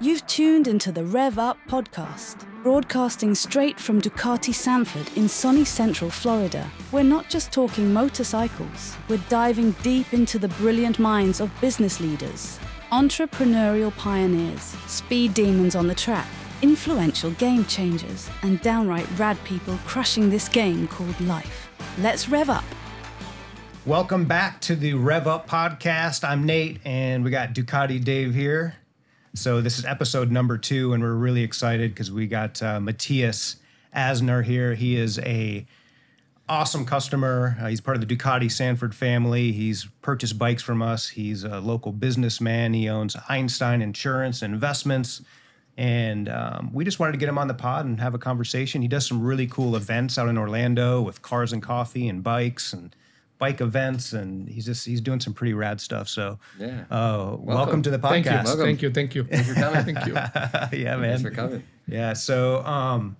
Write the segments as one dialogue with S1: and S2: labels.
S1: You've tuned into the Rev Up podcast, broadcasting straight from Ducati Sanford in sunny central Florida. We're not just talking motorcycles, we're diving deep into the brilliant minds of business leaders, entrepreneurial pioneers, speed demons on the track, influential game changers, and downright rad people crushing this game called life. Let's rev up.
S2: Welcome back to the Rev Up podcast. I'm Nate, and we got Ducati Dave here. So this is episode number two, and we're really excited because we got uh, Matthias Asner here. He is a awesome customer. Uh, he's part of the Ducati Sanford family. He's purchased bikes from us. He's a local businessman. He owns Einstein Insurance and Investments. And um, we just wanted to get him on the pod and have a conversation. He does some really cool events out in Orlando with cars and coffee and bikes and bike events. And he's just he's doing some pretty rad stuff. So
S3: Yeah.
S2: uh, welcome. to the podcast.
S3: Thank you. Welcome.
S4: Thank you, thank you.
S3: Thanks for coming.
S4: Thank you.
S2: yeah, man.
S3: Thanks for coming.
S2: Yeah. So um,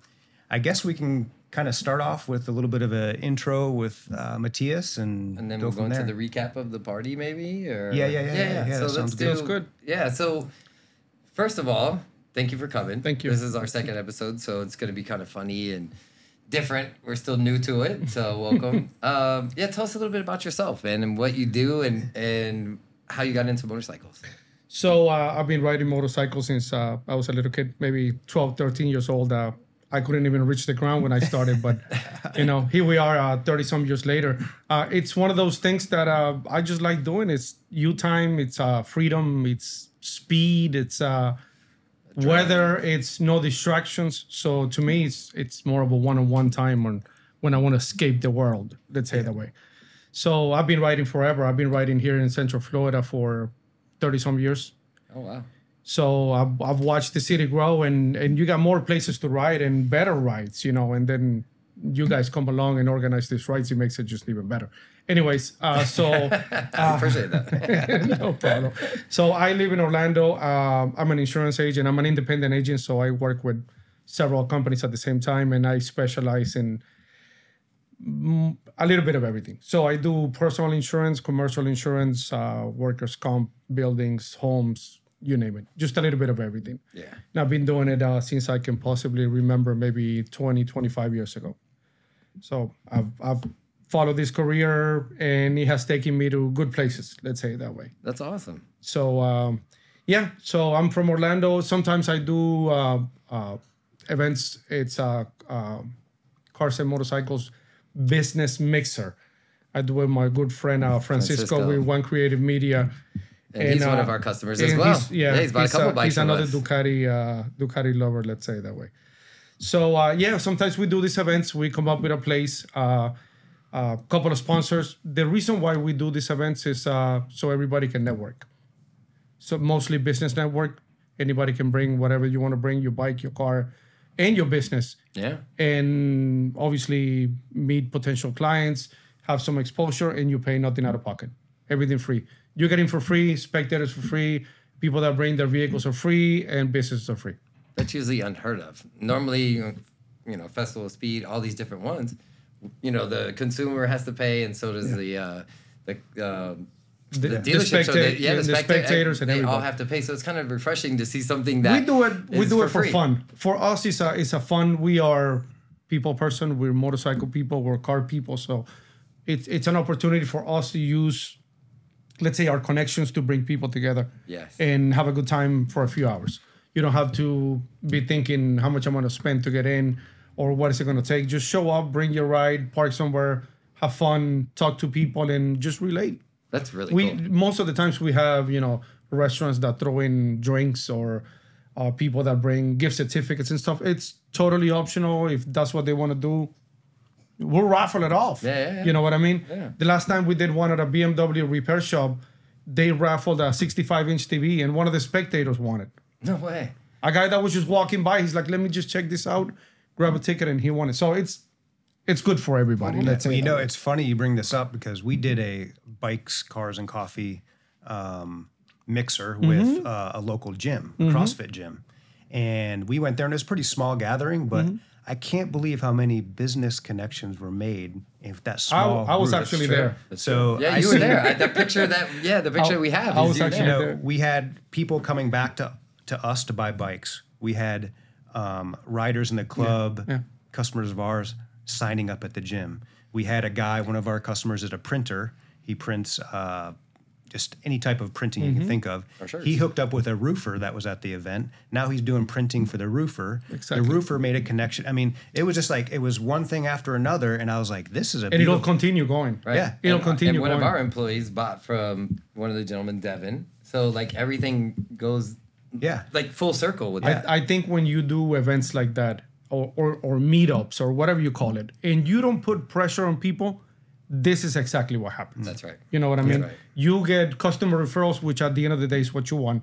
S2: I guess we can kind of start off with a little bit of an intro with uh, Matthias and,
S3: And then
S2: go
S3: we'll
S2: from
S3: go into
S2: there.
S3: the recap of the party, maybe. Or
S2: Yeah, yeah, yeah, yeah, yeah, that
S3: so let's
S2: sounds
S3: do.
S2: good.
S4: Sounds good.
S3: Yeah. So first of all, thank you for coming.
S4: Thank you.
S3: This is our second episode, so it's going to be kind of funny and different. We're still new to it, so welcome. um, yeah, tell us a little bit about yourself, man, and what you do, and and how you got into motorcycles.
S4: So uh, I've been riding motorcycles since uh, I was a little kid, maybe 12, 13 years old. Uh, I couldn't even reach the ground when I started, but you know, here we are, uh, 30 some years later. Uh, it's one of those things that uh, I just like doing. It's you time, it's uh, freedom, it's speed, it's uh, weather, it's no distractions. So to me, it's it's more of a one-on-one time on when I want to escape the world. Let's say it that way. So I've been riding forever. I've been riding here in Central Florida for 30 some years.
S3: Oh wow.
S4: So I've, I've watched the city grow, and and you got more places to ride and better rides, you know. And then you guys come along and organize these rides. It makes it just even better. Anyways, uh, so
S2: Ah.
S3: I appreciate that.
S4: no problem. So I live in Orlando. Um, I'm an insurance agent. I'm an independent agent, so I work with several companies at the same time, and I specialize in mm, a little bit of everything. So I do personal insurance, commercial insurance, uh, workers' comp, buildings, homes, you name it. Just a little bit of everything.
S3: Yeah.
S4: And I've been doing it uh, since I can possibly remember, maybe 20, 25 years ago. So I've, I've followed this career and it has taken me to good places, let's say it that way.
S3: That's awesome.
S4: So, um, yeah, so I'm from Orlando. Sometimes I do uh, uh, events, it's uh, uh, Cars and Motorcycles Business Mixer. I do with my good friend uh, Francisco,
S3: Francisco.
S4: with One Creative Media.
S3: And, he's one
S4: uh,
S3: of our customers as
S4: and
S3: well.
S4: he's- yeah,
S3: he's bought a couple
S4: uh,
S3: bikes.
S4: He's
S3: from
S4: another
S3: us.
S4: Ducati uh, Ducati lover, let's say it that way. So uh, yeah, sometimes we do these events. We come up with a place, a uh, uh, couple of sponsors. The reason why we do these events is uh, so everybody can network. So mostly business network. Anybody can bring whatever you want to bring: your bike, your car, and your business
S3: Yeah.
S4: and obviously meet potential clients, have some exposure, and you pay nothing out of pocket. Everything free. You get in for free, spectators for free, people that bring their vehicles are free, and businesses are free.
S3: that's usually unheard of. Normally, you know, Festival of Speed, all these different ones, you know, the consumer has to pay, and so does the uh, the. Uh, the,
S4: The- the
S3: dealership, so they-
S4: specta-
S3: yeah, the,
S4: and the
S3: specta-
S4: spectators and
S3: they all
S4: everybody.
S3: have to pay. So it's kind of refreshing to see something that
S4: we do it. We
S3: is
S4: do it for
S3: free.
S4: fun. For us, it's a it's a fun. We are people person. We're motorcycle people. We're car people. So it's it's an opportunity for us to use, let's say, our connections to bring people together.
S3: Yes.
S4: And have a good time for a few hours. You don't have to be thinking how much I'm going to spend to get in or what is it going to take. Just show up, bring your ride, park somewhere, have fun, talk to people, and just relate
S3: That's really
S4: we
S3: cool.
S4: most of the times we have you know restaurants that throw in drinks or uh, people that bring gift certificates and stuff it's totally optional if that's what they want to do we'll raffle it off
S3: Yeah, yeah, yeah.
S4: you know what i mean
S3: Yeah.
S4: the last time we did one at a bmw repair shop they raffled a 65 inch tv and one of the spectators won it
S3: No way.
S4: a guy that was just walking by he's like let me just check this out grab a ticket and he won it so it's it's good for everybody let's say
S2: Well, you
S4: that.
S2: know, it's funny you bring this up because we did a bikes, cars, and coffee um, mixer
S3: Mm-hmm.
S2: with uh, a local gym, CrossFit gym, and we went there, and it was a pretty small gathering, but.
S3: Mm-hmm.
S2: I can't believe how many business connections were made if that small.
S4: I was
S2: group.
S4: actually there.
S2: So
S3: Yeah,
S2: I
S3: you
S2: see-
S3: were there. I, the picture that yeah, the picture
S4: I-
S3: we have.
S4: I
S3: is
S4: was
S3: you
S4: actually
S3: there.
S2: you know, we had people coming back to to us to buy bikes. We had um, riders in the club,
S4: yeah.
S2: customers of ours signing up at the gym. We had a guy, one of our customers is a printer. He prints uh, just any type of printing you can
S4: Mm-hmm.
S2: think of.
S3: shirts.
S2: He hooked up with a roofer that was at the event. Now he's doing printing for the roofer.
S4: Exactly.
S2: The roofer made a connection. I mean, it was just like it was one thing after another, and I was like, "This is a
S4: and it'll
S2: beautiful-
S4: continue going.
S3: Right?
S2: Yeah.
S4: It'll
S3: and,
S4: continue
S3: And one of
S4: going.
S3: our employees bought from one of the gentlemen, Devin. So like everything goes
S2: yeah."
S3: like full circle with that.
S4: I, I think when you do events like that or, or or meetups or whatever you call it, and you don't put pressure on people, this is exactly what happens.
S3: That's right.
S4: You know what I mean?
S3: right.
S4: You get customer referrals, which at the end of the day is what you want.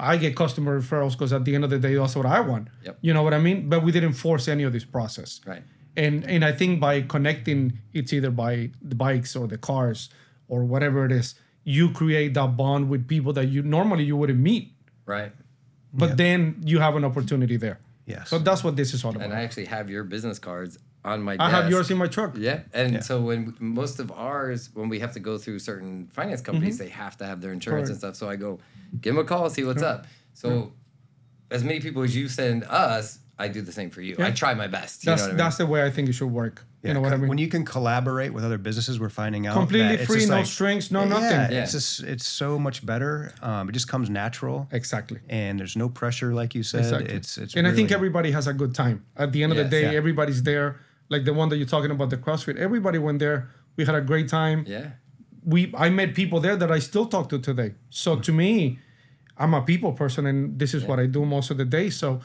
S4: I get customer referrals because at the end of the day that's what I want.
S3: Yep.
S4: You know what I mean? But we didn't force any of this process.
S3: Right.
S4: And and I think by connecting, it's either by the bikes or the cars or whatever it is, you create that bond with people that you normally you wouldn't meet
S3: Right.
S4: but then you have an opportunity there.
S2: Yes.
S4: So that's what this is all about.
S3: And I actually have your business cards on my
S4: I
S3: desk.
S4: have yours in my truck.
S3: Yeah, and so when most of ours, when we have to go through certain finance companies,
S4: Mm-hmm.
S3: they have to have their insurance and stuff. So I go, give them a call, see what's up. So as many people as you send us, I do the same for you. I try my best. You
S4: That's
S3: know what
S4: that's the way I think it should work.
S2: Yeah,
S4: you know what I
S2: co-
S4: mean?
S2: When you can collaborate with other businesses, we're finding out that
S4: Completely
S2: it's
S4: free,
S2: just
S4: no
S2: like-
S4: strings, no nothing.
S2: Yeah,
S3: Yeah.
S2: it's just it's so much better. Um, it just comes natural,
S4: Exactly.
S2: and there's no pressure, like you said.
S4: Exactly.
S2: It's it's
S4: and I think
S2: really-
S4: everybody has a good time. At the end of
S3: Yes.
S4: the day,
S2: Yeah.
S4: everybody's there. Like the one that you're talking about, the CrossFit. Everybody went there. We had a great time.
S3: I mean? Yeah.
S4: We I met people there that I still talk to today. So to me, I'm a people person, and this is what I do most of the day. So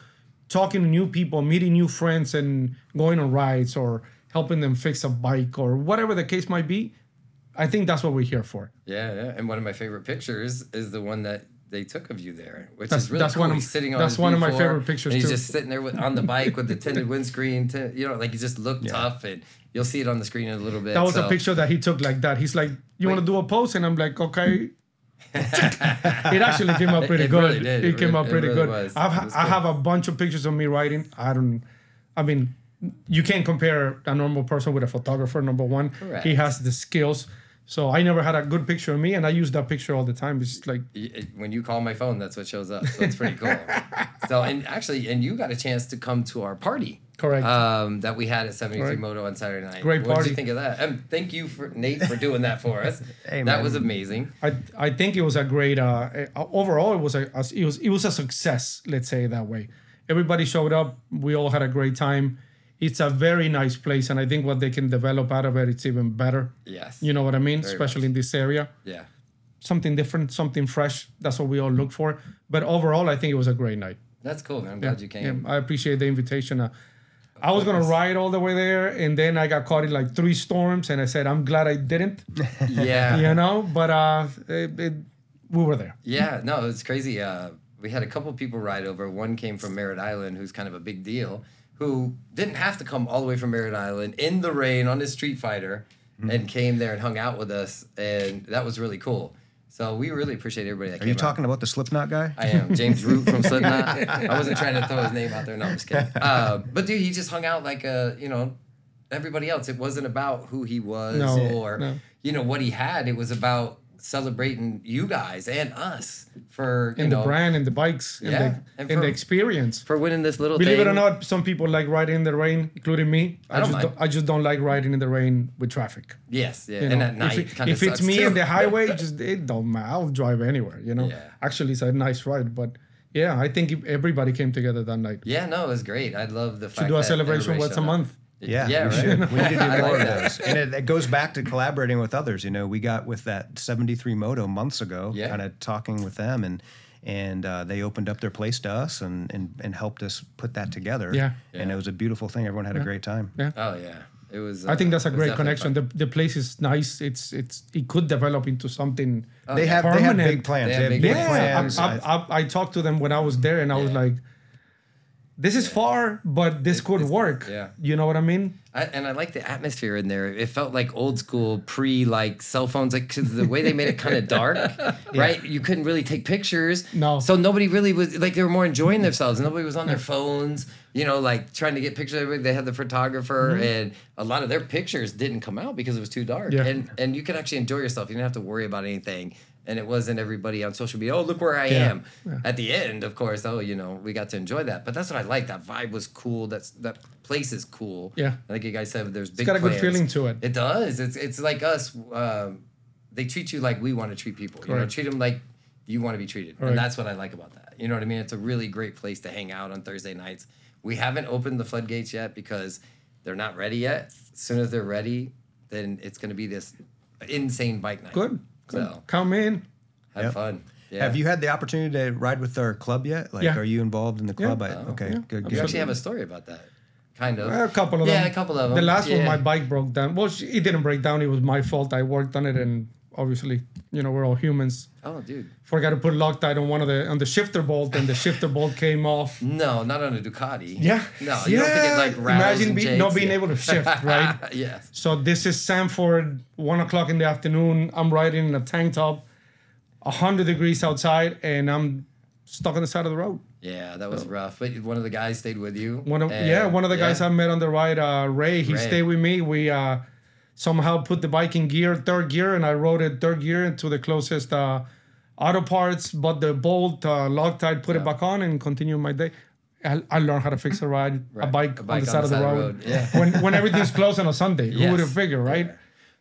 S4: talking to new people, meeting new friends, and going on rides or helping them fix a bike or whatever the case might be. I think that's what we're here for.
S3: Yeah, yeah. And one of my favorite pictures is the one that they took of you there, which
S4: That's-
S3: is really
S4: that's
S3: cool.
S4: one of-
S3: he's sitting on
S4: that's
S3: his
S4: one of my
S3: V4,
S4: favorite pictures,
S3: and he's
S4: too.
S3: just sitting there with, on the bike with the tinted windscreen. T- you know, like he just looked tough, and you'll see it on the screen in a little bit.
S4: That was
S3: so-
S4: a picture that he took like that. He's like, "You want to do a pose?" And I'm like, "Okay." it actually came out pretty
S3: it
S4: good.
S3: really did.
S4: It,
S3: It
S4: came
S3: re-
S4: out
S3: it
S4: pretty
S3: really
S4: good.
S3: was.
S4: I've,
S3: It was
S4: I
S3: good.
S4: have a bunch of pictures of me writing. I don't. I mean, you can't compare a normal person with a photographer. Number one,
S3: Correct.
S4: he has the skills. So I never had a good picture of me, and I use that picture all the time. It's like
S3: Y- it- when you call my phone, that's what shows up. So it's pretty cool. so and actually, and you got a chance to come to our party.
S4: Correct.
S3: Um, that we had at 73
S4: Correct.
S3: Moto on Saturday night.
S4: Great
S3: What did
S4: party.
S3: you think of that? And thank you for Nate for doing that for us.
S2: Hey,
S3: that
S2: man.
S3: was amazing.
S4: I I think it was a great uh, uh, overall it was a a- it was it was a success let's say it that way. Everybody showed up. We all had a great time. It's a very nice place, and I think what they can develop out of it, it's even better.
S3: Yes.
S4: You know what I mean?
S3: Very
S4: Especially
S3: much.
S4: in this area,
S3: Yeah.
S4: something different, something fresh. That's what we all look for. But overall, I think it was a great night.
S3: That's cool, man. I'm glad you came.
S4: I appreciate the invitation. Uh, I was gonna ride all the way there, and then I got caught in like three storms, and I said, "I'm glad I didn't,"
S3: Yeah.
S4: you know. But uh, it, it, we were there.
S3: Yeah, no, it's crazy. Uh, we had a couple people ride over. One came from Merritt Island, who's kind of a big deal, who didn't have to come all the way from Merritt Island in the rain on his Street Fighter
S2: Mm-hmm.
S3: and came there and hung out with us. And that was really cool. So we really appreciate everybody that
S2: Are
S3: came.
S2: you
S3: out.
S2: talking about the Slipknot guy?
S3: I am James Root from Slipknot. I wasn't trying to throw his name out there. No, I'm just kidding. Uh, but dude, he just hung out like a you know everybody else. It wasn't about who he was
S4: No,
S3: or
S4: no.
S3: you know what he had. It was about celebrating you guys and us for you
S4: and
S3: know
S4: the brand and the bikes and,
S3: Yeah,
S4: the,
S3: and
S4: and,
S3: for-
S4: the experience.
S3: for winning this little.
S4: Believe
S3: thing.
S4: it or not, some people like riding in the rain, including me. I,
S3: don't
S4: just
S3: mind.
S4: I just don't like riding in the rain with traffic.
S3: yes, yeah,
S4: you
S3: and
S4: know.
S3: at night
S4: if, it-
S3: kind of
S4: if it's me in the highway, just it don't matter. I'll drive anywhere. You know.
S3: Yeah.
S4: Actually, it's a nice ride, but yeah, I think if everybody came together that night.
S3: Yeah, no, it was great. I love the fact
S4: do a
S3: that
S4: celebration
S3: everybody
S4: once a
S3: showed up.
S4: month.
S2: Yeah,
S3: yeah,
S2: we
S3: right?
S2: should. We need to do
S3: I
S2: more
S3: like
S2: of
S3: that.
S2: those. And it, it goes back to collaborating with others. You know, we got with that 73 Moto months ago,
S3: Yeah.
S2: kind of talking with them, and and uh, they opened up their place to us and, and and helped us put that together.
S4: Yeah.
S2: and it was a beautiful thing. Everyone had a great time.
S4: Yeah.
S3: Oh yeah, it was. uh,
S4: I think that's a
S3: it was
S4: great
S3: definitely
S4: connection.
S3: fun.
S4: The, the place is nice. It's it's it could develop into something.
S3: Oh,
S2: They have they have
S4: Permanent.
S2: big plans. They have, big,
S3: Yeah,
S2: plans.
S4: I, I, I, I talked to them when I was there, and I was
S3: Yeah.
S4: like, "This is far, but this could work."
S3: yeah.
S4: you know what I mean.
S3: I, and I like the atmosphere in there. It felt like old school pre like cell phones, like 'cause the way they made it kind of dark, right? You couldn't really take pictures.
S4: No.
S3: So nobody really was like they were more enjoying themselves. Nobody was on their phones, you know, like trying to get pictures. of everybody. They had the photographer, and a lot of their pictures didn't come out because it was too dark.
S4: Yeah.
S3: And and you could actually enjoy yourself. You didn't have to worry about anything. and it wasn't everybody on social media. Oh, look where I
S2: Yeah.
S3: am. At the end, of course, oh, you know, we got to enjoy that. But that's what I like. That vibe was cool. That's that place is cool.
S4: Yeah.
S3: I think you guys said there's big.
S4: got a good
S3: plans.
S4: feeling to it.
S3: It does. It's it's like us. Um, they treat you like we want to treat people. You know,
S4: Correct.
S3: treat them like you want to be treated,
S4: Right.
S3: and that's what I like about that. You know what I mean? It's a really great place to hang out on Thursday nights. We haven't opened the floodgates yet because they're not ready yet. As soon as they're ready, then it's going to be this insane bike night.
S4: Good. good.
S3: So
S4: Come in.
S3: have
S2: Yep.
S3: fun. Yeah.
S2: Have you had the opportunity to ride with our club yet? Like,
S4: Yeah.
S2: are you involved in the club? I, okay,
S4: yeah.
S2: good.
S3: We
S2: good.
S3: actually have a story about that, kind of.
S4: A couple of
S3: yeah,
S4: them.
S3: a couple of them.
S4: The last
S3: yeah.
S4: one, my bike broke down. Well, she- it didn't break down. It was my fault. I worked on it, and obviously, you know, we're all humans.
S3: Oh, dude.
S4: Forgot to put Loctite on one of the on the shifter bolt, and the shifter bolt came off.
S3: No, not on a Ducati.
S4: Yeah.
S3: No, you don't think it like rattles
S4: Imagine
S3: and
S4: be,
S3: jakes?
S4: not being
S3: Yeah.
S4: able to shift, right?
S3: yes.
S4: So this is Sanford, one o'clock in the afternoon. I'm riding in a tank top, hundred degrees outside, and I'm stuck on the side of the road.
S3: Yeah, that was rough. But one of the guys stayed with you.
S4: One of
S3: and-
S4: yeah, one of the guys I met on the ride, uh, Ray. He
S3: Ray.
S4: stayed with me. We uh, somehow put the bike in gear, third gear, and I rode it third gear to the closest uh, auto parts. Bought the bolt, uh, Loctite, put it back on, and continued my day. I, I learned how to fix a ride, a,
S3: Right,
S4: bike
S3: a
S4: on the side of the road.
S3: Yeah.
S4: when when everything's closed on a Sunday, who
S3: Yes.
S4: would have figured, right?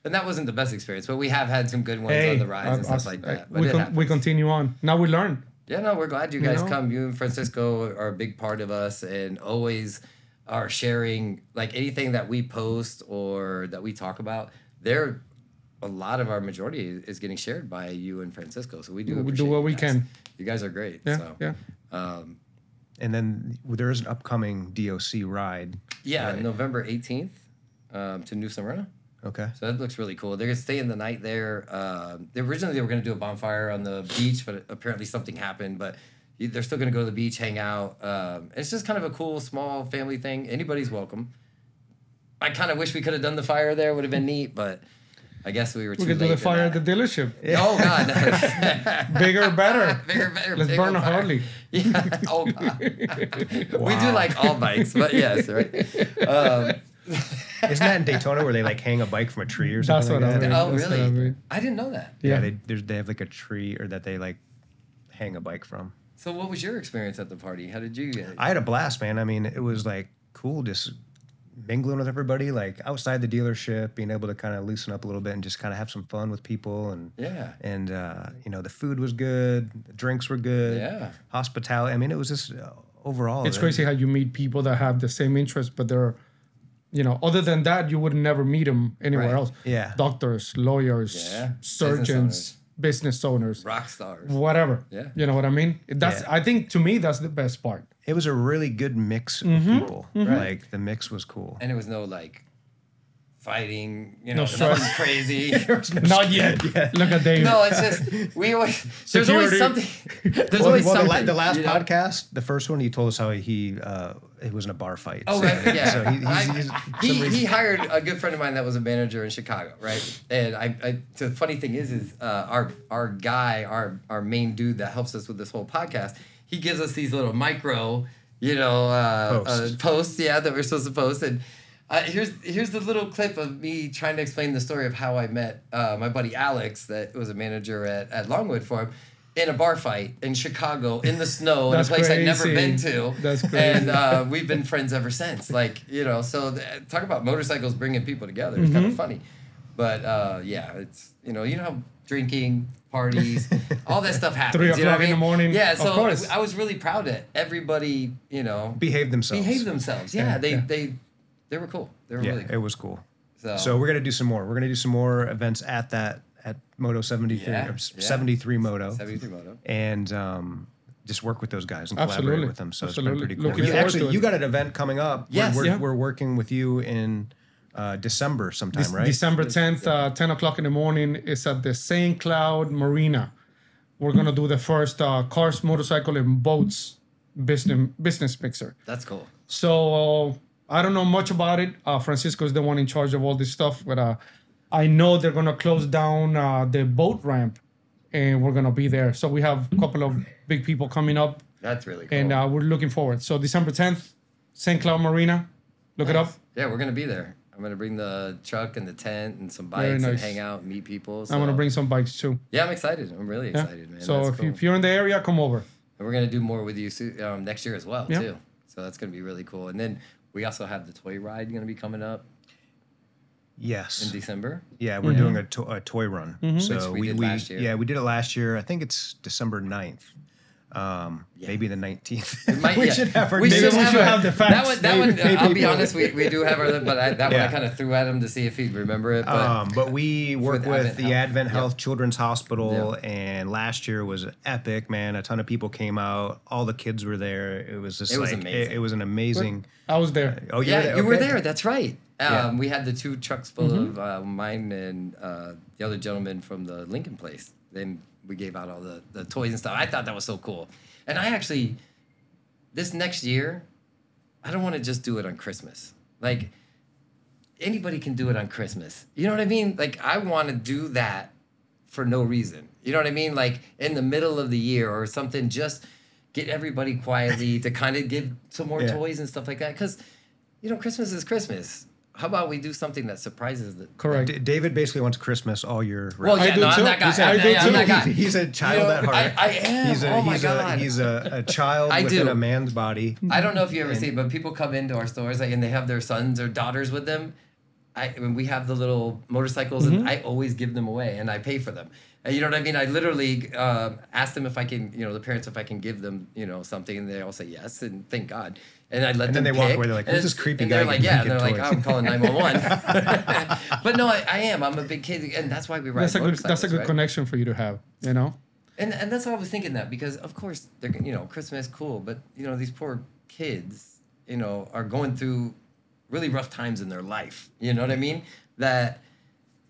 S3: And that wasn't the best experience, but we have had some good ones
S4: Hey,
S3: on the rides
S4: uh,
S3: and stuff
S4: us-
S3: like
S4: uh,
S3: that. But
S4: We,
S3: it
S4: con- we
S3: happens.
S4: continue on. Now we learn.
S3: Yeah, no, we're glad you guys
S4: know?
S3: come. You and Francisco are a big part of us and always are sharing like anything that we post or that we talk about. There a lot of our majority is getting shared by you and Francisco. So we do
S4: We do
S3: appreciate
S4: what
S3: you
S4: we
S3: guys.
S4: can.
S3: You guys are great.
S4: Yeah,
S3: so
S4: yeah.
S2: and then there is an upcoming DOC ride.
S3: yeah November 18th um, to New Smyrna.
S2: Okay.
S3: So that looks really cool. They're gonna stay in the night there. Um, they- originally, they were gonna do a bonfire on the beach, but apparently something happened. But you- they're still gonna go to the beach, hang out. Um, it's just kind of a cool, small family thing. Anybody's welcome. I kind of wish we could have done the fire there; would have been neat. But I guess we were too
S4: We could
S3: late.
S4: do the
S3: for
S4: fire at
S3: that.
S4: the dealership.
S3: Oh God!
S4: Bigger, better.
S3: Bigger, better,
S4: Let's
S3: bigger
S4: burn a
S3: fire.
S4: Harley.
S3: Yeah. Oh God. We do like all bikes, but yes, right. Um,
S2: Isn't that in Daytona where they like hang a bike from a tree or
S4: That's
S2: something? like
S4: what I
S2: that?
S4: mean.
S3: oh
S4: That's what
S3: really?
S4: I mean.
S3: I didn't know that.
S2: Yeah,
S4: Yeah.
S2: they there's, they have like a tree or that they like hang a bike from.
S3: So, what was your experience at the party? How did you? Get it?
S2: I had a blast, man. I mean, it was like cool just mingling with everybody, like outside the dealership, being able to kind of loosen up a little bit and just kind of have some fun with people. And
S3: Yeah.
S2: and uh, you know, the food was good, the drinks were good,
S3: Yeah.
S2: hospitality. I mean, it was just uh, overall.
S4: It's
S2: it-
S4: crazy how you meet people that have the same interest, but they're, you know, other than that, you would never meet them anywhere
S3: Right.
S4: else.
S2: Yeah.
S4: Doctors, lawyers,
S3: Yeah.
S4: surgeons, business owners,
S3: rock stars.
S4: whatever.
S3: Yeah.
S4: You know what I mean? That's.
S2: Yeah.
S4: I think to me, that's the best part.
S2: It was a really good mix
S4: Mm-hmm.
S2: of people. Like the mix was cool.
S3: And it was no like fighting, you know,
S4: stress.
S3: nothing crazy.
S4: Not yet. Look at David.
S3: no, it's just we always there's always
S4: Security.
S3: something. There's
S2: Well,
S3: always
S2: well, the,
S3: something.
S2: la- the last
S3: you know?
S2: podcast, the first one, he told us how he uh, it was in a bar fight.
S3: Oh, right, yeah.
S2: so he, he's,
S3: I-
S2: he's,
S3: he, he hired a good friend of mine that was a manager in Chicago, right? And I, I the funny thing is, is uh, our our guy, our our main dude that helps us with this whole podcast, he gives us these little micro, you know, uh,
S2: Posts.
S3: Uh, posts, yeah, that we're supposed to post. And uh, here's here's the little clip of me trying to explain the story of how I met uh, my buddy Alex, that was a manager at at Longwood for him. In a bar fight in Chicago in the snow in a
S4: That's
S3: place I'd never
S4: crazy.
S3: been to.
S4: That's
S3: And,
S4: crazy.
S3: uh, we've been friends ever since. Like you know, so th- talk about motorcycles bringing people together. It's
S4: Mm-hmm.
S3: kind of funny, but uh, yeah, it's you know, you know how drinking parties, all that stuff happens.
S4: Three
S3: you know
S4: o'clock
S3: what I
S4: in the
S3: mean?
S4: morning,
S3: Yeah,
S4: of
S3: so
S4: course.
S3: I was really proud that everybody, you know,
S2: behaved themselves.
S3: behaved themselves. Yeah, they
S4: yeah.
S3: they they were cool. They were
S2: Yeah,
S3: really
S2: it
S3: cool.
S2: was cool.
S3: So-
S2: So, we're gonna do some more. We're gonna do some more events at that at Moto 73,
S3: Yeah,
S2: or
S3: yeah.
S2: 73 Moto,
S3: Seventy three moto.
S2: and um, just work with those guys and
S4: Absolutely.
S2: collaborate with them. So
S4: Absolutely.
S2: it's been pretty cool.
S4: Looking
S2: You,
S4: forward
S2: actually,
S4: to it.
S2: you got an event coming up. We're-
S3: Yes.
S2: we're,
S4: Yeah.
S2: we're working with you in uh, December sometime, right?
S4: December 10th, uh, 10 o'clock in the morning, is at the St. Cloud Marina. We're going to do the first uh, cars, motorcycle, and boats business, business mixer.
S3: That's cool.
S4: So uh, I don't know much about it. Uh, Francisco is the one in charge of all this stuff, but uh, I know they're going to close down uh, the boat ramp and we're going to be there. So we have a couple of big people coming up
S3: That's really cool.
S4: and uh, we're looking forward. So December 10th, St. Cloud Marina. Look it up.
S3: yeah, we're gonna be there. I'm gonna bring the truck and the tent and some bikes
S4: Very
S3: and
S4: nice.
S3: hang out, meet people.
S4: I'm gonna
S3: so-
S4: bring some bikes too.
S3: Yeah, I'm excited. I'm really
S4: Yeah.
S3: excited, man.
S4: so
S3: That's
S4: if,
S3: cool.
S4: you, if you're in the area, come over.
S3: And we're gonna do more with you soo- um, next year as well
S4: Yeah.
S3: too. So that's gonna be really cool. And then we also have the toy ride gonna be coming up in
S2: Yes.
S3: December.
S2: Yeah, we're
S4: Mm-hmm.
S2: doing a, to- a toy run. So
S3: Which we
S2: we,
S3: did
S2: we-
S3: last year.
S2: yeah, we did it last year. I think it's December 9th. Um, maybe the 19th.
S3: Might-
S2: we
S3: yeah.
S2: should have our
S3: We
S2: maybe
S3: should
S2: we
S3: have,
S2: should
S3: a-
S2: have the
S3: That
S2: facts.
S3: one, that one. uh,
S2: Maybe- maybe
S3: I'll be
S2: people-
S3: honest, we, we do have our, but I, that one I
S2: Yeah.
S3: kind of threw at him to see if he'd remember it. But
S2: Um, but we work
S3: with
S2: with,
S3: Advent
S2: the
S3: Health.
S2: Advent
S3: Yeah.
S2: Health Children's Hospital, and last year was epic, man. A ton of people came out. All the kids were there. It was just
S3: It was
S2: like
S3: amazing.
S2: It, it was an amazing.
S4: I was there.
S2: Oh, you
S3: yeah,
S2: were there.
S3: you were
S2: Okay.
S3: there. That's right. Um,
S2: Yeah. Mm-hmm.
S3: We had the two trucks full of uh, mine and uh, the other gentleman from the Lincoln place. Then we gave out all the, the toys and stuff. I thought that was so cool. And I actually, this next year, I don't want to just do it on Christmas. Like, anybody can do it on Christmas. You know what I mean? Like, I want to do that for no reason. You know what I mean? Like in the middle of the year or something, just get everybody quietly to kind of give some more
S2: Yeah.
S3: toys and stuff like that. Because, you know, Christmas is Christmas. How about we do something that surprises the.
S4: Correct.
S2: D- David basically wants Christmas all year.
S3: Well,
S2: round.
S3: yeah,
S4: do
S3: no,
S4: too.
S3: I'm that guy.
S4: He said,
S3: I'm,
S4: "I do
S3: I'm
S4: too."
S3: that guy.
S2: He's a child
S3: You know,
S2: at heart.
S3: I- I am.
S2: He's a,
S3: Oh my
S2: he's
S3: God.
S2: A, he's a, a child
S3: I
S2: within
S3: do.
S2: a man's body.
S3: I don't know if you ever see, it, but people come into our stores like, and they have their sons or daughters with them. I when we have the little motorcycles,
S2: Mm-hmm.
S3: and I always give them away, and I pay for them. And you know what I mean? I literally uh, ask them if I can, you know, the parents if I can give them, you know, something, and they all say yes, and thank God. And I let
S2: And then
S3: them.
S2: they walk
S3: pick,
S2: away, they're like,
S3: and
S2: "Who's
S3: it's-
S2: this creepy
S3: and they're
S2: guy
S3: like,
S2: getting
S3: yeah,
S2: kid
S3: and they're like,
S2: toys?"
S3: I'm calling nine one one. But no, I, I am. I'm a big kid, and that's why we ride
S4: That's a good. That's a
S3: motorcycles,
S4: good
S3: right?
S4: connection for you to have. You know.
S3: And and that's why I was thinking that because of course they're you know Christmas cool, but you know these poor kids you know are going through really rough times in their life. You know what I mean? That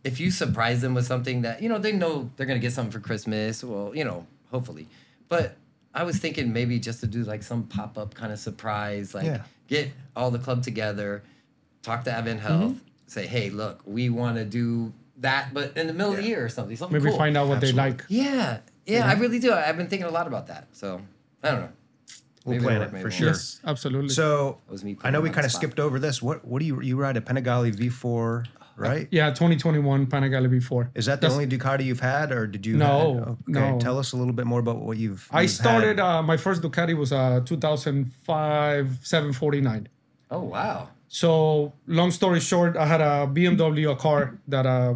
S3: if you surprise them with something that you know they know they're gonna get something for Christmas. Well, you know hopefully, but I was thinking maybe just to do like some pop up kind of surprise, like
S2: Yeah.
S3: get all the club together, talk to
S4: Mm-hmm.
S3: Advent Health, say hey look we want to do that, but in the middle of the year or something, something
S4: Maybe
S3: cool.
S4: find out what they
S2: Absolutely.
S4: like.
S3: Yeah, yeah, I really do. I- I've been thinking a lot about that. So I don't know.
S2: We'll
S3: Maybe
S2: plan
S3: it'll work,
S2: it
S3: maybe
S2: for
S3: it
S2: sure.
S3: won't.
S4: Yes, absolutely.
S2: So
S3: was me
S2: I know
S3: putting
S2: we
S3: him
S2: kind
S3: on the
S2: of
S3: spot.
S2: skipped over this. What what do you you ride a Panigale V4, right?
S4: yeah, 2021 Panigale V4.
S2: Is that the only Ducati you've had, or did you?
S4: No,
S2: had- okay.
S4: no.
S2: Tell us a little bit more about what you've.
S4: I
S2: you've
S4: started.
S2: Had.
S4: Uh, my first Ducati was a 2005 749.
S3: Oh wow.
S4: So long story short, I had a BMW a car that uh,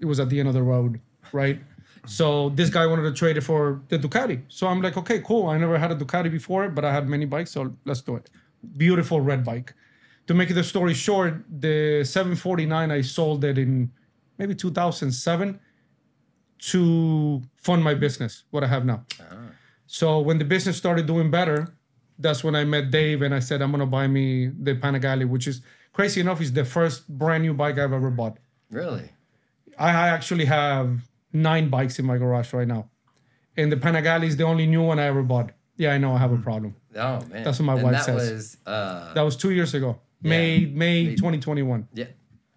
S4: it was at the end of the road, right? So this guy wanted to trade it for the Ducati. So I'm like, okay, cool. I never had a Ducati before, but I had many bikes, so let's do it. Beautiful red bike. To make the story short, the 749 I sold it in maybe 2007 to fund my business, what I have now. So when the business started doing better, that's when I met Dave and I said, I'm gonna buy me the Panigale, which is crazy enough, is the first brand new bike I've ever bought.
S3: Really?
S4: I I actually have nine bikes in my garage right now. And the Panigale is the only new one I ever bought. Yeah, I know I have a
S2: Hmm.
S4: problem.
S3: Oh man.
S4: That's what my
S3: and
S4: wife
S3: that
S4: says.
S3: Was, uh,
S4: That was two years ago. May May 2021.
S3: yeah.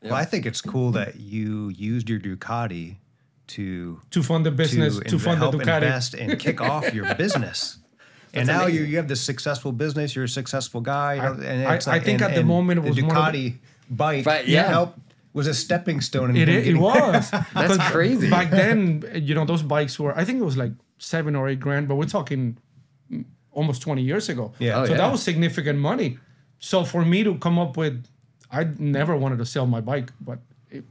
S2: Well, I think it's cool that you used your Ducati to
S4: To fund the business, to,
S2: inve-
S4: fund the
S2: help
S4: Ducati.
S2: invest and kick off your business. and now you, you have this successful business. You're a successful guy. you know, and
S4: I-
S2: it's
S4: I think
S2: and-
S4: at the
S2: and
S4: moment it was
S2: the
S4: more of a-
S2: Ducati bike.
S3: Right, yeah.
S2: helped- was a stepping stone. In
S4: It,
S2: him
S4: it, it
S2: getting-
S4: was. Because
S3: crazy.
S4: Back then, you know, those bikes were, I think it was like seven or eight grand, but we're talking mm, almost 20 years ago.
S2: Yeah. Oh,
S4: so
S3: yeah.
S4: that was significant money. So for me to come up with, I never wanted to sell my bike, but it,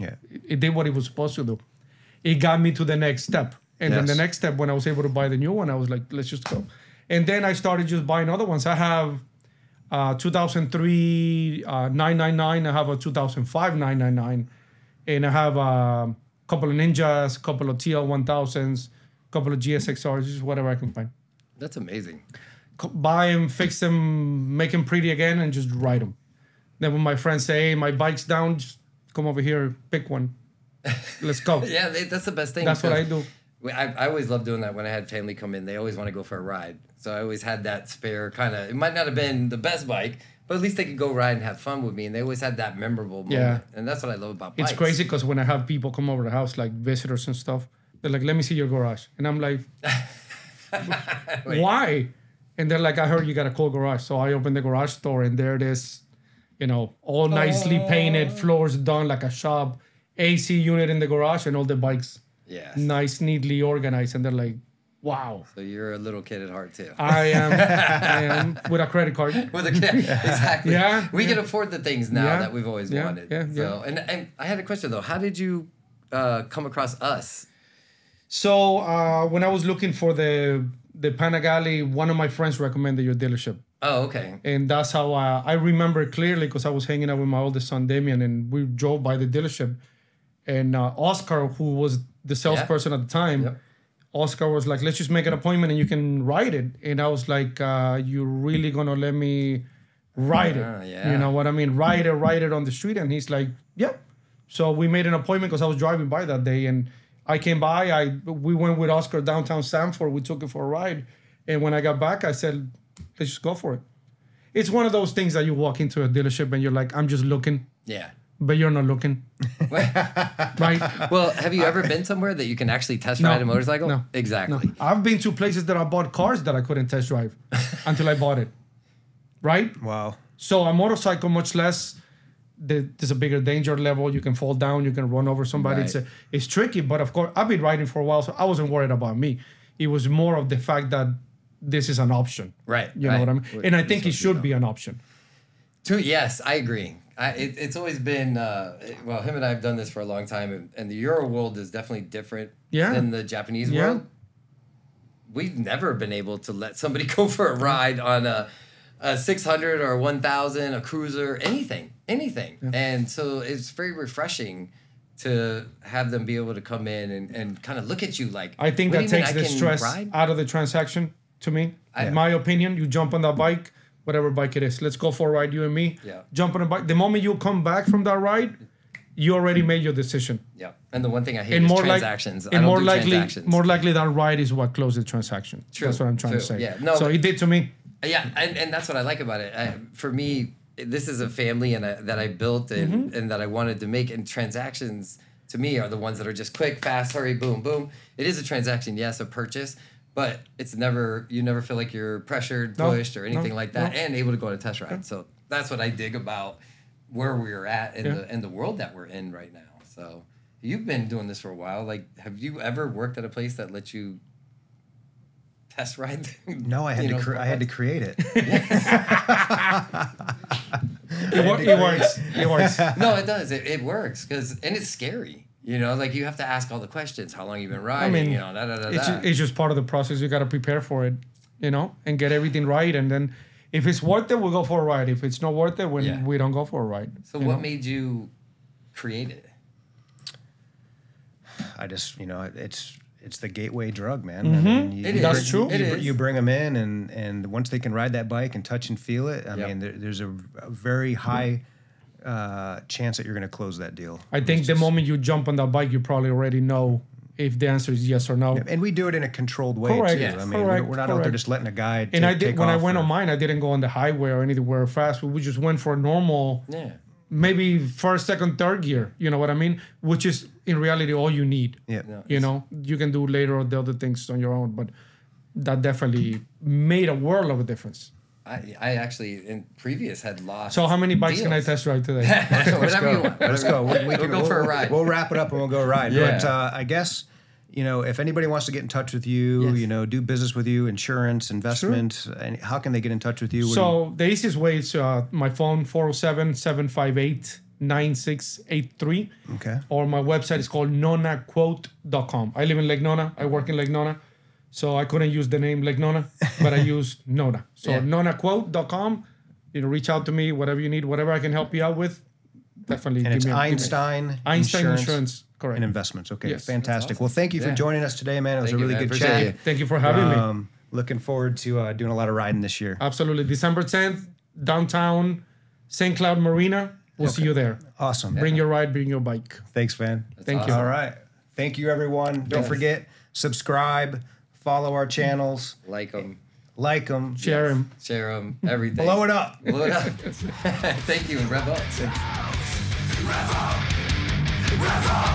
S2: Yeah.
S4: it did what it was supposed to do. It got me to the next step. And then the
S2: Yes.
S4: next step, when I was able to buy the new one, I was like, let's just go. And then I started just buying other ones. I have uh, 2003 uh, 999. I have a 2005 999. And I have a couple of Ninjas, couple of TL 1000s, couple of GSXRs, just whatever I can find.
S3: That's amazing.
S4: Co- Buy them, fix them, make them pretty again, and just ride them. Then when my friends say, hey, my bike's down, just come over here, pick one. Let's go.
S3: Yeah, they, that's the best thing.
S4: That's what I
S3: because
S4: do.
S3: we- I, I always love doing that when I had family come in. They always want to go for a ride. So I always had that spare kind of. It might not have been the best bike, but at least they could go ride and have fun with me. And they always had that memorable moment.
S4: Yeah.
S3: And that's what I love about bikes.
S4: It's crazy because when I have people come over the house, like visitors and stuff, they're like, "Let me see your garage," and I'm like, "Why?" And they're like, "I heard you got a cool garage," so I opened the garage door, and there it is, you know, all nicely painted,
S3: Oh.
S4: floors done like a shop, AC unit in the garage, and all the bikes
S3: Yes.
S4: nice, neatly organized. And they're like, wow,
S3: So you're a little kid at heart too.
S4: I am, I am with a credit card.
S3: With a kid. exactly.
S4: Yeah,
S3: We can afford the things now
S4: Yeah,
S3: that we've always
S4: yeah,
S3: wanted.
S4: yeah,
S3: so, And, and I had a question though. How did you uh, come across us?
S4: So uh, when I was looking for the the Panigale, one of my friends recommended your dealership.
S3: Oh, okay.
S4: and that's how I, I remember clearly because I was hanging out with my oldest son Damien, and we drove by the dealership, and uh, Oscar, who was the salesperson at the time,
S3: Yep.
S4: Oscar was like, "Let's just make an appointment and you can ride it," and I was like, uh, "You really gonna let me ride
S3: Ah,
S4: it?
S3: yeah.
S4: You know what I mean? Ride it, ride it on the street?" And he's like, "Yeah." So we made an appointment because I was driving by that day, and I came by. I we went with Oscar downtown Sanford. We took it for a ride, and when I got back, I said, "Let's just go for it." it's one of those things that you walk into a dealership and you're like, I'm just looking,
S3: Yeah.
S4: but you're not looking, right?
S3: Well, have you ever been somewhere that you can actually test ride a motorcycle?
S4: No,
S3: Exactly.
S4: no. I've been to places that I bought cars that I couldn't test drive until I bought it, right?
S2: Wow.
S4: So a motorcycle, much less, the, there's a bigger danger level. You can fall down, you can run over somebody. It's
S3: Right.
S4: a, it's tricky, but of course, I've been riding for a while, so I wasn't worried about me. It was more of the fact that this is an option,
S3: Right,
S4: You
S3: right.
S4: know what I mean?
S3: Wait,
S4: And I
S3: this
S4: think it
S3: must be
S4: should be an option.
S3: Two, yes, I agree. I, it, it's always been uh, it- well, him and I have done this for a long time, and, and the Euro world is definitely different
S4: Yeah.
S3: than the Japanese
S4: Yeah.
S3: world. We've never been able to let somebody go for a ride on a, a 600 or 1000, a cruiser, anything, anything. And so it's very refreshing to have them be able to come in and, and kind of look at you like,
S4: I think
S3: "What
S4: that
S3: do you mean
S4: takes
S3: I
S4: the
S3: can
S4: stress
S3: ride?"
S4: out of the transaction to me. In my opinion, you jump on that bike, whatever bike it is. Let's go for a ride, you and me.
S3: Yeah.
S4: Jump on a bike. The moment you come back from that ride, you already made your decision.
S3: Yeah. And the one thing I hate
S4: And
S3: is
S4: more like
S3: transactions. I
S4: and
S3: don't
S4: more
S3: do
S4: likely
S3: transactions.
S4: more likely that ride is what closed the transaction.
S3: True,
S4: That's what I'm trying to
S3: true.
S4: say.
S3: Yeah, no,
S4: so
S3: but-
S4: it did to me.
S3: Uh, yeah and, and that's what i like about it I, for me this is a family and I, that i built and,
S4: Mm-hmm.
S3: and that i wanted to make and transactions to me are the ones that are just quick fast hurry boom boom it is a transaction yes a purchase but it's never you never feel like you're pressured
S4: No,
S3: pushed or
S4: no,
S3: anything like that
S4: no.
S3: and able to go on a test ride so that's what i dig about where we are at in
S4: Yeah.
S3: the in the world that we're in right now so you've been doing this for a while like have you ever worked at a place that lets you test ride
S2: No, I had
S3: you
S2: to.
S3: know,
S2: Cre- I had to create it.
S4: It, wor- it works. It works.
S3: no, it does. It, it works because and it's scary. You know, like you have to ask all the questions. How long you been riding?
S4: mean,
S3: you know, da da da.
S4: it's,
S3: da.
S4: ju- it's just part of the process. You got to prepare for it, you know, and get everything right. And then if it's worth it, we'll go for a ride. If it's not worth it, when
S3: Yeah.
S4: we don't go for a ride.
S3: so
S4: you
S3: what
S4: know?
S3: made you create it?
S2: I just, you know, it's it's the gateway drug, man.
S4: Mm-hmm.
S2: I mean, you,
S3: It
S2: you
S3: is.
S4: That's true.
S2: You,
S3: It
S2: you, br-
S3: is.
S2: you bring them in, and and once they can ride that bike and touch and feel it, I
S3: Yep.
S2: mean, there, there's a, a very high uh, chance that you're going to close that deal.
S4: I think the moment you jump on that bike, you probably already know if the answer is yes or no.
S2: And we do it in a controlled way
S4: Correct.
S2: too.
S4: Yes.
S2: I mean, we're-
S4: Correct,
S2: we're not out there
S4: correct.
S2: just letting a guy.
S4: and
S2: take,
S4: I did
S2: take
S4: when I
S2: off
S4: went
S2: or-
S4: on mine, I didn't go on the highway or anywhere fast. We just went for normal,
S3: Yeah.
S4: maybe first, second, third gear. You know what I mean? Which is in reality all you need.
S2: Yeah.
S4: you know you can do later the other things on your own but that definitely made a world of a difference
S3: I, I actually in previous had lost.
S4: so how many bikes can i
S3: deals.
S4: test drive today
S3: whatever you want.
S2: Let's go. We, we
S3: We'll
S2: can
S3: go for a ride.
S2: We'll wrap it up and we'll go ride.
S3: Yeah.
S2: But uh, I guess you know if anybody wants to get in touch with you,
S3: Yes.
S2: you know, do business with you, insurance, investment, and how can they get in touch with you? What do you-
S4: so the easiest way is uh, my phone 407-758-9683
S2: okay.
S4: or my website is called nonaquote.com i live in lake nona i work in lake nona so i couldn't use the name lake nona but i used nona so
S3: Yeah.
S4: nonaquote.com you know reach out to me whatever you need whatever i can help you out with definitely
S2: And it's
S4: give me a- give me a-
S2: Einstein,
S4: Einstein Insurance, correct.
S2: and investments. Okay,
S4: Yes.
S2: fantastic.
S3: That's awesome.
S2: Well, thank you for
S3: Yeah.
S2: joining us today, man. It was a
S3: Thank you,
S2: really
S3: man.
S2: good
S3: Appreciate
S2: chat.
S3: it.
S4: Thank you for having me. Uh,
S2: Um, looking forward to uh, doing a lot of riding this year.
S4: Absolutely. December 10th, downtown St. Cloud Marina. We'll see you there.
S2: Awesome.
S4: Bring your ride, bring your bike.
S2: Thanks, man.
S4: Thank
S3: awesome.
S4: you.
S2: All right. Thank you, everyone. Don't forget subscribe, follow our channels,
S3: Like them,
S2: like them,
S4: Share him.
S3: share them, everything.
S2: blow it up.
S3: Blow it up. Thank you. and Rev up.
S5: Rev up!